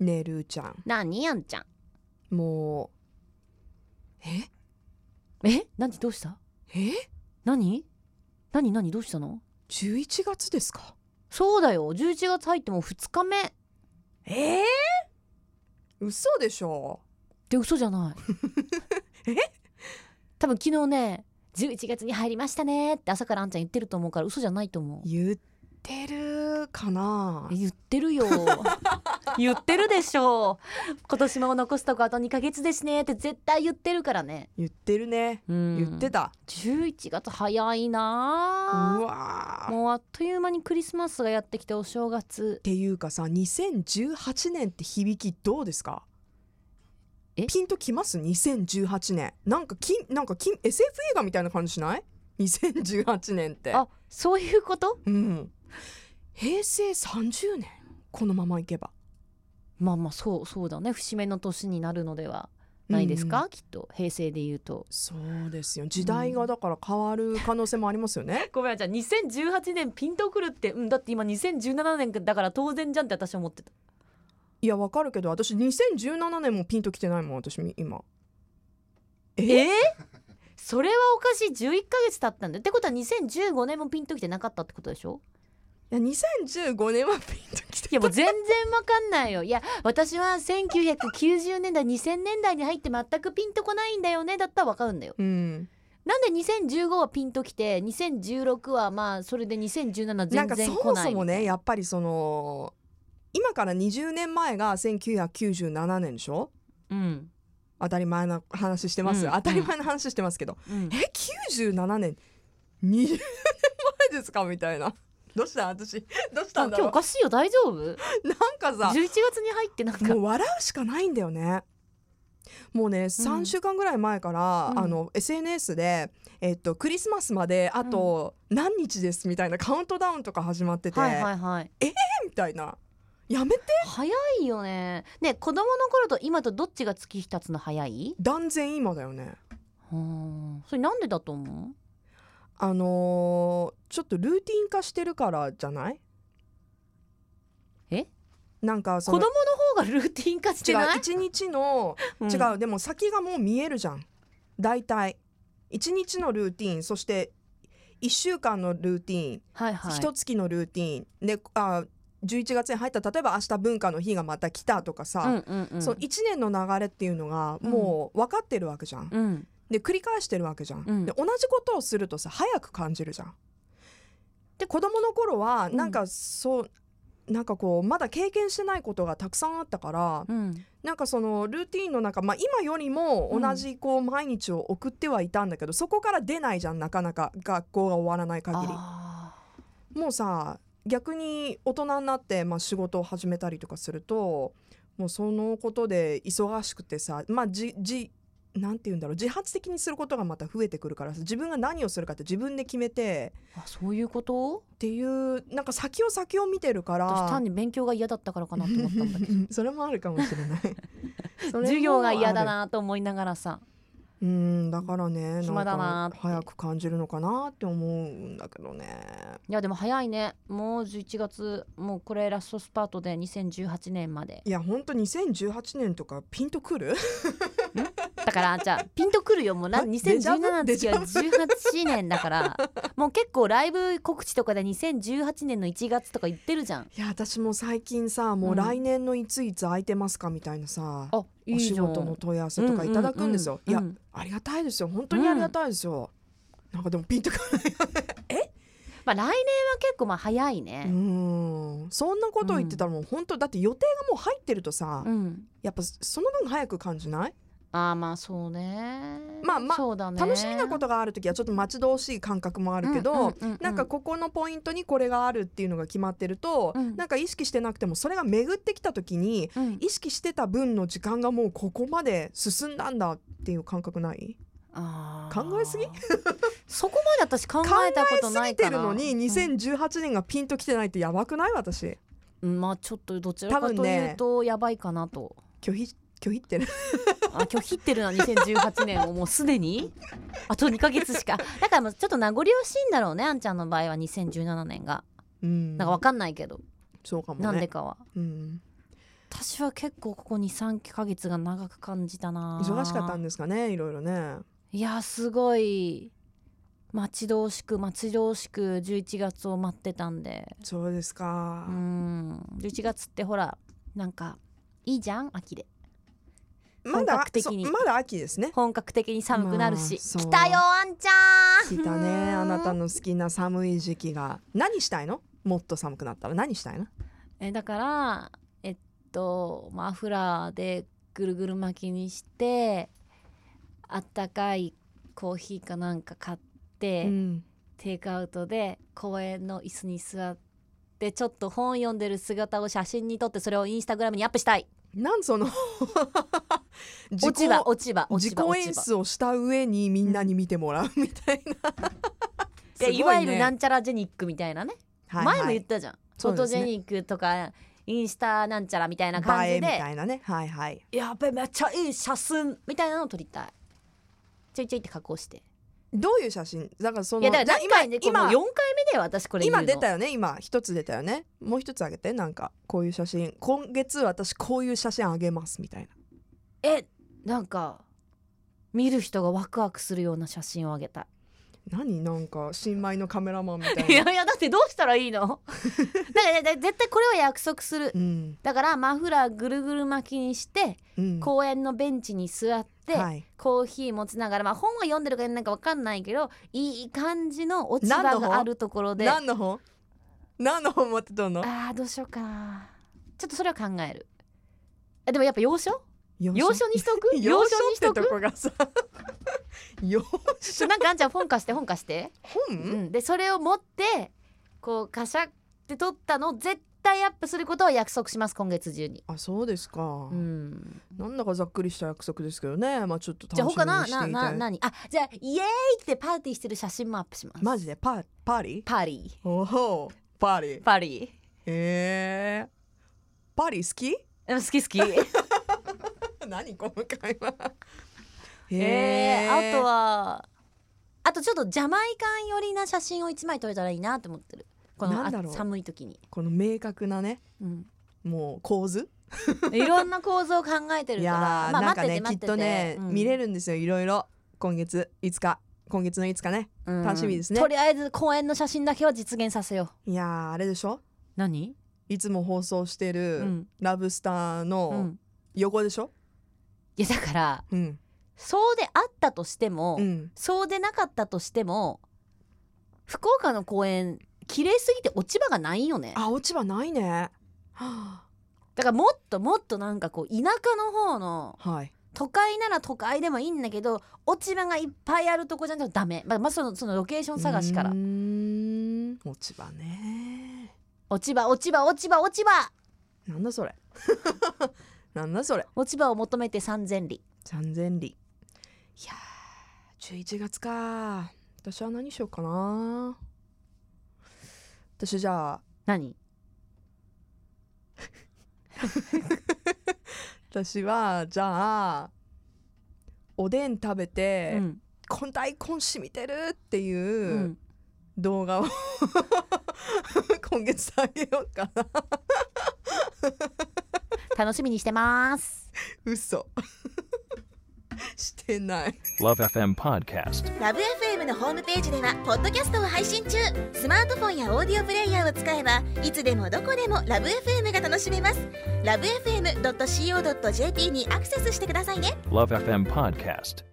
ねるちゃなにやんちゃんんもうええ何どうしたえ何何何どうしたの11月ですかそうだよ11月入ってもう2日目ええ嘘でしょで嘘じゃない え多分昨日ね11月に入りましたねって朝からあんちゃん言ってると思うから嘘じゃないと思う言ってるかな言ってるよ 言ってるでしょう今年も残すとこあと2ヶ月ですねって絶対言ってるからね、言ってるねうん、言ってた、 11月早いうなわーあっもうあっという間にクリスマスがやってきてお正月ていうかさ2018年って響きどうですかえピンときます2018年なんかきなんかき SF 映画みたいな感じしない2018年ってあそういうことうん平成30年このままいけばまあまあそうそうだね節目の年になるのではないですか、うきっと平成で言うと。そうですよ時代がだから変わる可能性もありますよね ごめんじゃあ2018年ピンとくるってうんだって今2017年だから当然じゃんって私は思ってたいやわかるけど私2017年もピンときてないもん私み今。えーそれはおかしい11ヶ月経ったんだよってことは2015年もピンときてなかったってことでしょいや2015年はピンときていやもう全然わかんないよいや私は1990年代2000年代に入って全くピンとこないんだよねだったらわかるんだようん、なんで2015はピンときて2016はまあそれで2017なん全かそ然来もなそいもねやっぱりその今から20年前が1997年でしょうん当たり前な話してます、うん当たり前な話してますけど、うんえ97年20年前ですかみたいなどうした私どうしたあん今だ日ろおうかしいよ大丈夫なんかさ ?11 月に入ってなんかもう笑うしかないんだよね。もうね、3週間ぐらい前から、うんあの SNS で、えっと、クリスマスまであと何日ですみたいなカウントダウンとか始まってて、はいはいはいみたいなやめて早いよねね子供の頃と今とどっちが月日経つの早い断然今だよね。うんそれなんでだと思うあのーちょっとルーティン化してるからじゃないえなんかそ子供のの方がルーティン化して違うない一日のん違うでも先がもう見えるじゃん大体一日のルーティンそして1週間のルーティンはいはい一月のルーティーンであ11月に入った例えば明日文化の日がまた来たとかうんさ、うんうんその1年の流れっていうのがもう分かってるわけじゃん、うんで繰り返してるわけじゃん、うんで同じことをするとさ早く感じるじゃん。で子供の頃はなんかそう、なんかこうまだ経験してないことがたくさんあったから、うんなんかそのルーティーンの中、まあ、今よりも同じこう毎日を送ってはいたんだけど、そこから出ないじゃんなかなか学校が終わらない限り。あもうさ逆に大人になって、まあ、仕事を始めたりとかするともうそのことで忙しくてさまあじじなんて言うんだろう自発的にすることがまた増えてくるからさ自分が何をするかって自分で決めてーあそういうことっていうなんか先を先を見てるから私単に勉強が嫌だったからかなと思ったんだけそれもあるかもしれない それもあどる授業が嫌だなと思いながらさうんだからね暇だななんーかって早く感じるのかなって思うんだけどねいやでも早いねもう11月もうこれラストスパートで2018年までいやほんと2018年とかピンとくるだからじゃあピンとくるよもうなえデジャブ2017の次は18年だからもう結構ライブ告知とかで2018年の1月とか言ってるじゃん いや私も最近さもううん来年のいついつ空いてますかみたいなさ、あいおい仕じゃん事の問い合わせとかいただくんですよ、ううういやんありがたいですよ本当にありがたいですよ、なんかでもピンとかまあ来年は結構まあ早いうねんそんなこと言ってたらもう本当だって予定がもう入ってるとさ、うんやっぱその分早く感じない、ああまあそうねまあまあそうだね楽しみなことがある時はちょっと待ち遠しい感覚もああるけど、なんかここのポイントにこれがあるっていうのが決まってると、うんなんか意識してなくてもそれが巡ってきた時にうん意識してた分の時間がもうここまで進んだんだっていう感覚ないあー考えすぎ そこまで私考えたことないてかるらのにうん2018年がピンときてないってやばくない私うんまあちょっとどちら多か分とねいうとやばいかなと、拒否拒否 ってるあ拒否ってるな2018年 をもうすでにあと2ヶ月しかだからもうちょっと名残惜しいんだろうねあんちゃんの場合は2017年がうんなんかわかんないけど、そうかもねなんでかはうん私は結構ここ23ヶ月が長く感じたな忙しかったんですかねいろいろねいやすごい待ち遠しく待ち遠しく11月を待ってたんでそうですか、うん11月ってほらなんかいいじゃん秋でま本だ格的にそうまだ秋ですね本格的に寒くなるし、まあそう来たよあんちゃん来たねあなたのの好きな寒い時期が何したいのもっと寒くなったら何したいのえだからえっとマフラーでぐるぐる巻きにしてあったかいコーヒーかなんか買って、うんテイクアウトで公園の椅子に座ってちょっと本読んでる姿を写真に撮ってそれをインスタグラムにアップしたいなんそ の落ち葉落ち葉落自ち己葉落演ち葉出をした上にみんなに見てもらうみたいな。すごでねいわゆるなんちゃらジェニックみたいなね、はい前もはい言ったじゃんフそうォトですジねェニックとかインスタなんちゃらみたいな感映えじみでたいなね。はいはい。やべめっちゃいい写真みたいなのを撮りたいちょいちょいって加工してどういう写真？だからそのいやだから何回ねこの今4今回目だよ私これ言うの今出たよね。今一つ出たよね。もう一つあげてなんかこういう写真。今月私こういう写真あげますみたいな。えなんか見る人がワクワクするような写真をあげたい何なんか新米のカメラマンみた い いな。やいやだってどうしたらいいのだからだ絶対これは約束するうんだからマフラーぐるぐる巻きにしてうん。公園のベンチに座って、はい。コーヒー持ちながら、まあ、本は読んでるかなんかわかんないけどいい感じの落ち葉何のが本あるところであ何の本？何の本持ってたの？ーどうしようかなちょっとそれは考えるえでもやっぱ洋書洋書に しとく幼洋書少にっしてととくこがさ 幼ちょなんかあんちゃん本貸して本貸して本、うん、でそれを持ってこうカシャって撮ったのを絶対アップすることを約束します今月中に。あそうですか、うん、なんだかざっくりした約束ですけどねまあちょっとじゃあ楽しみ他なにしなていなたい何あじゃあイエーイってパーティーしてる写真もアップします。マジでパーパーリーパーリおおパーリーーパーリえー、パーリー好き ーうん好き好き。え何この会話ー、あとはあとちょっとジャマイカン寄りな写真を一枚撮れたらいいなと思ってるこのなんだろあう寒い時に、この明確なね うん、もう構図いろんな構造を考えてるいからやー、まあ、なん待かっててねき待っっててとね、うん見れるんですよいろいろ今月5日今月の5日ねうん楽しみですねとりあえず公園の写真だけは実現させよういやーあれでしょ何いつも放送してうるん、ラブスターうのん、横でしょ、いやだからうんそうであったとしても、うん、そうでなかったとしても福岡の公園綺麗すぎて落ち葉がないよねあ落ち葉ないねはあだからもっともっとなんかこう田舎の方のはい都会なら都会でもいいんだけど落ち葉がいっぱいあるとこじゃなくてダメまあ、まあ、そのそのロケーション探しからうーん落ち葉ね落ち葉落ち葉落ち葉落ち葉なんだそれ なんだそれ落ち葉を求めて三千里三千里いやー11月か私は何しようかな私じゃあ何私はじゃあおでん食べて、うんこん大根しみてるっていうう、ん動画を 今月あげようかな楽しみにしてます嘘してない Love FM Podcast. ラブ f m のホームページではポッドキャストを配信中スマートフォンやオーディオプレイヤーを使えばいつでもどこでもラブ f m が楽しめますラブ FM.co.jp にアクセスしてくださいね Love FM Podcast.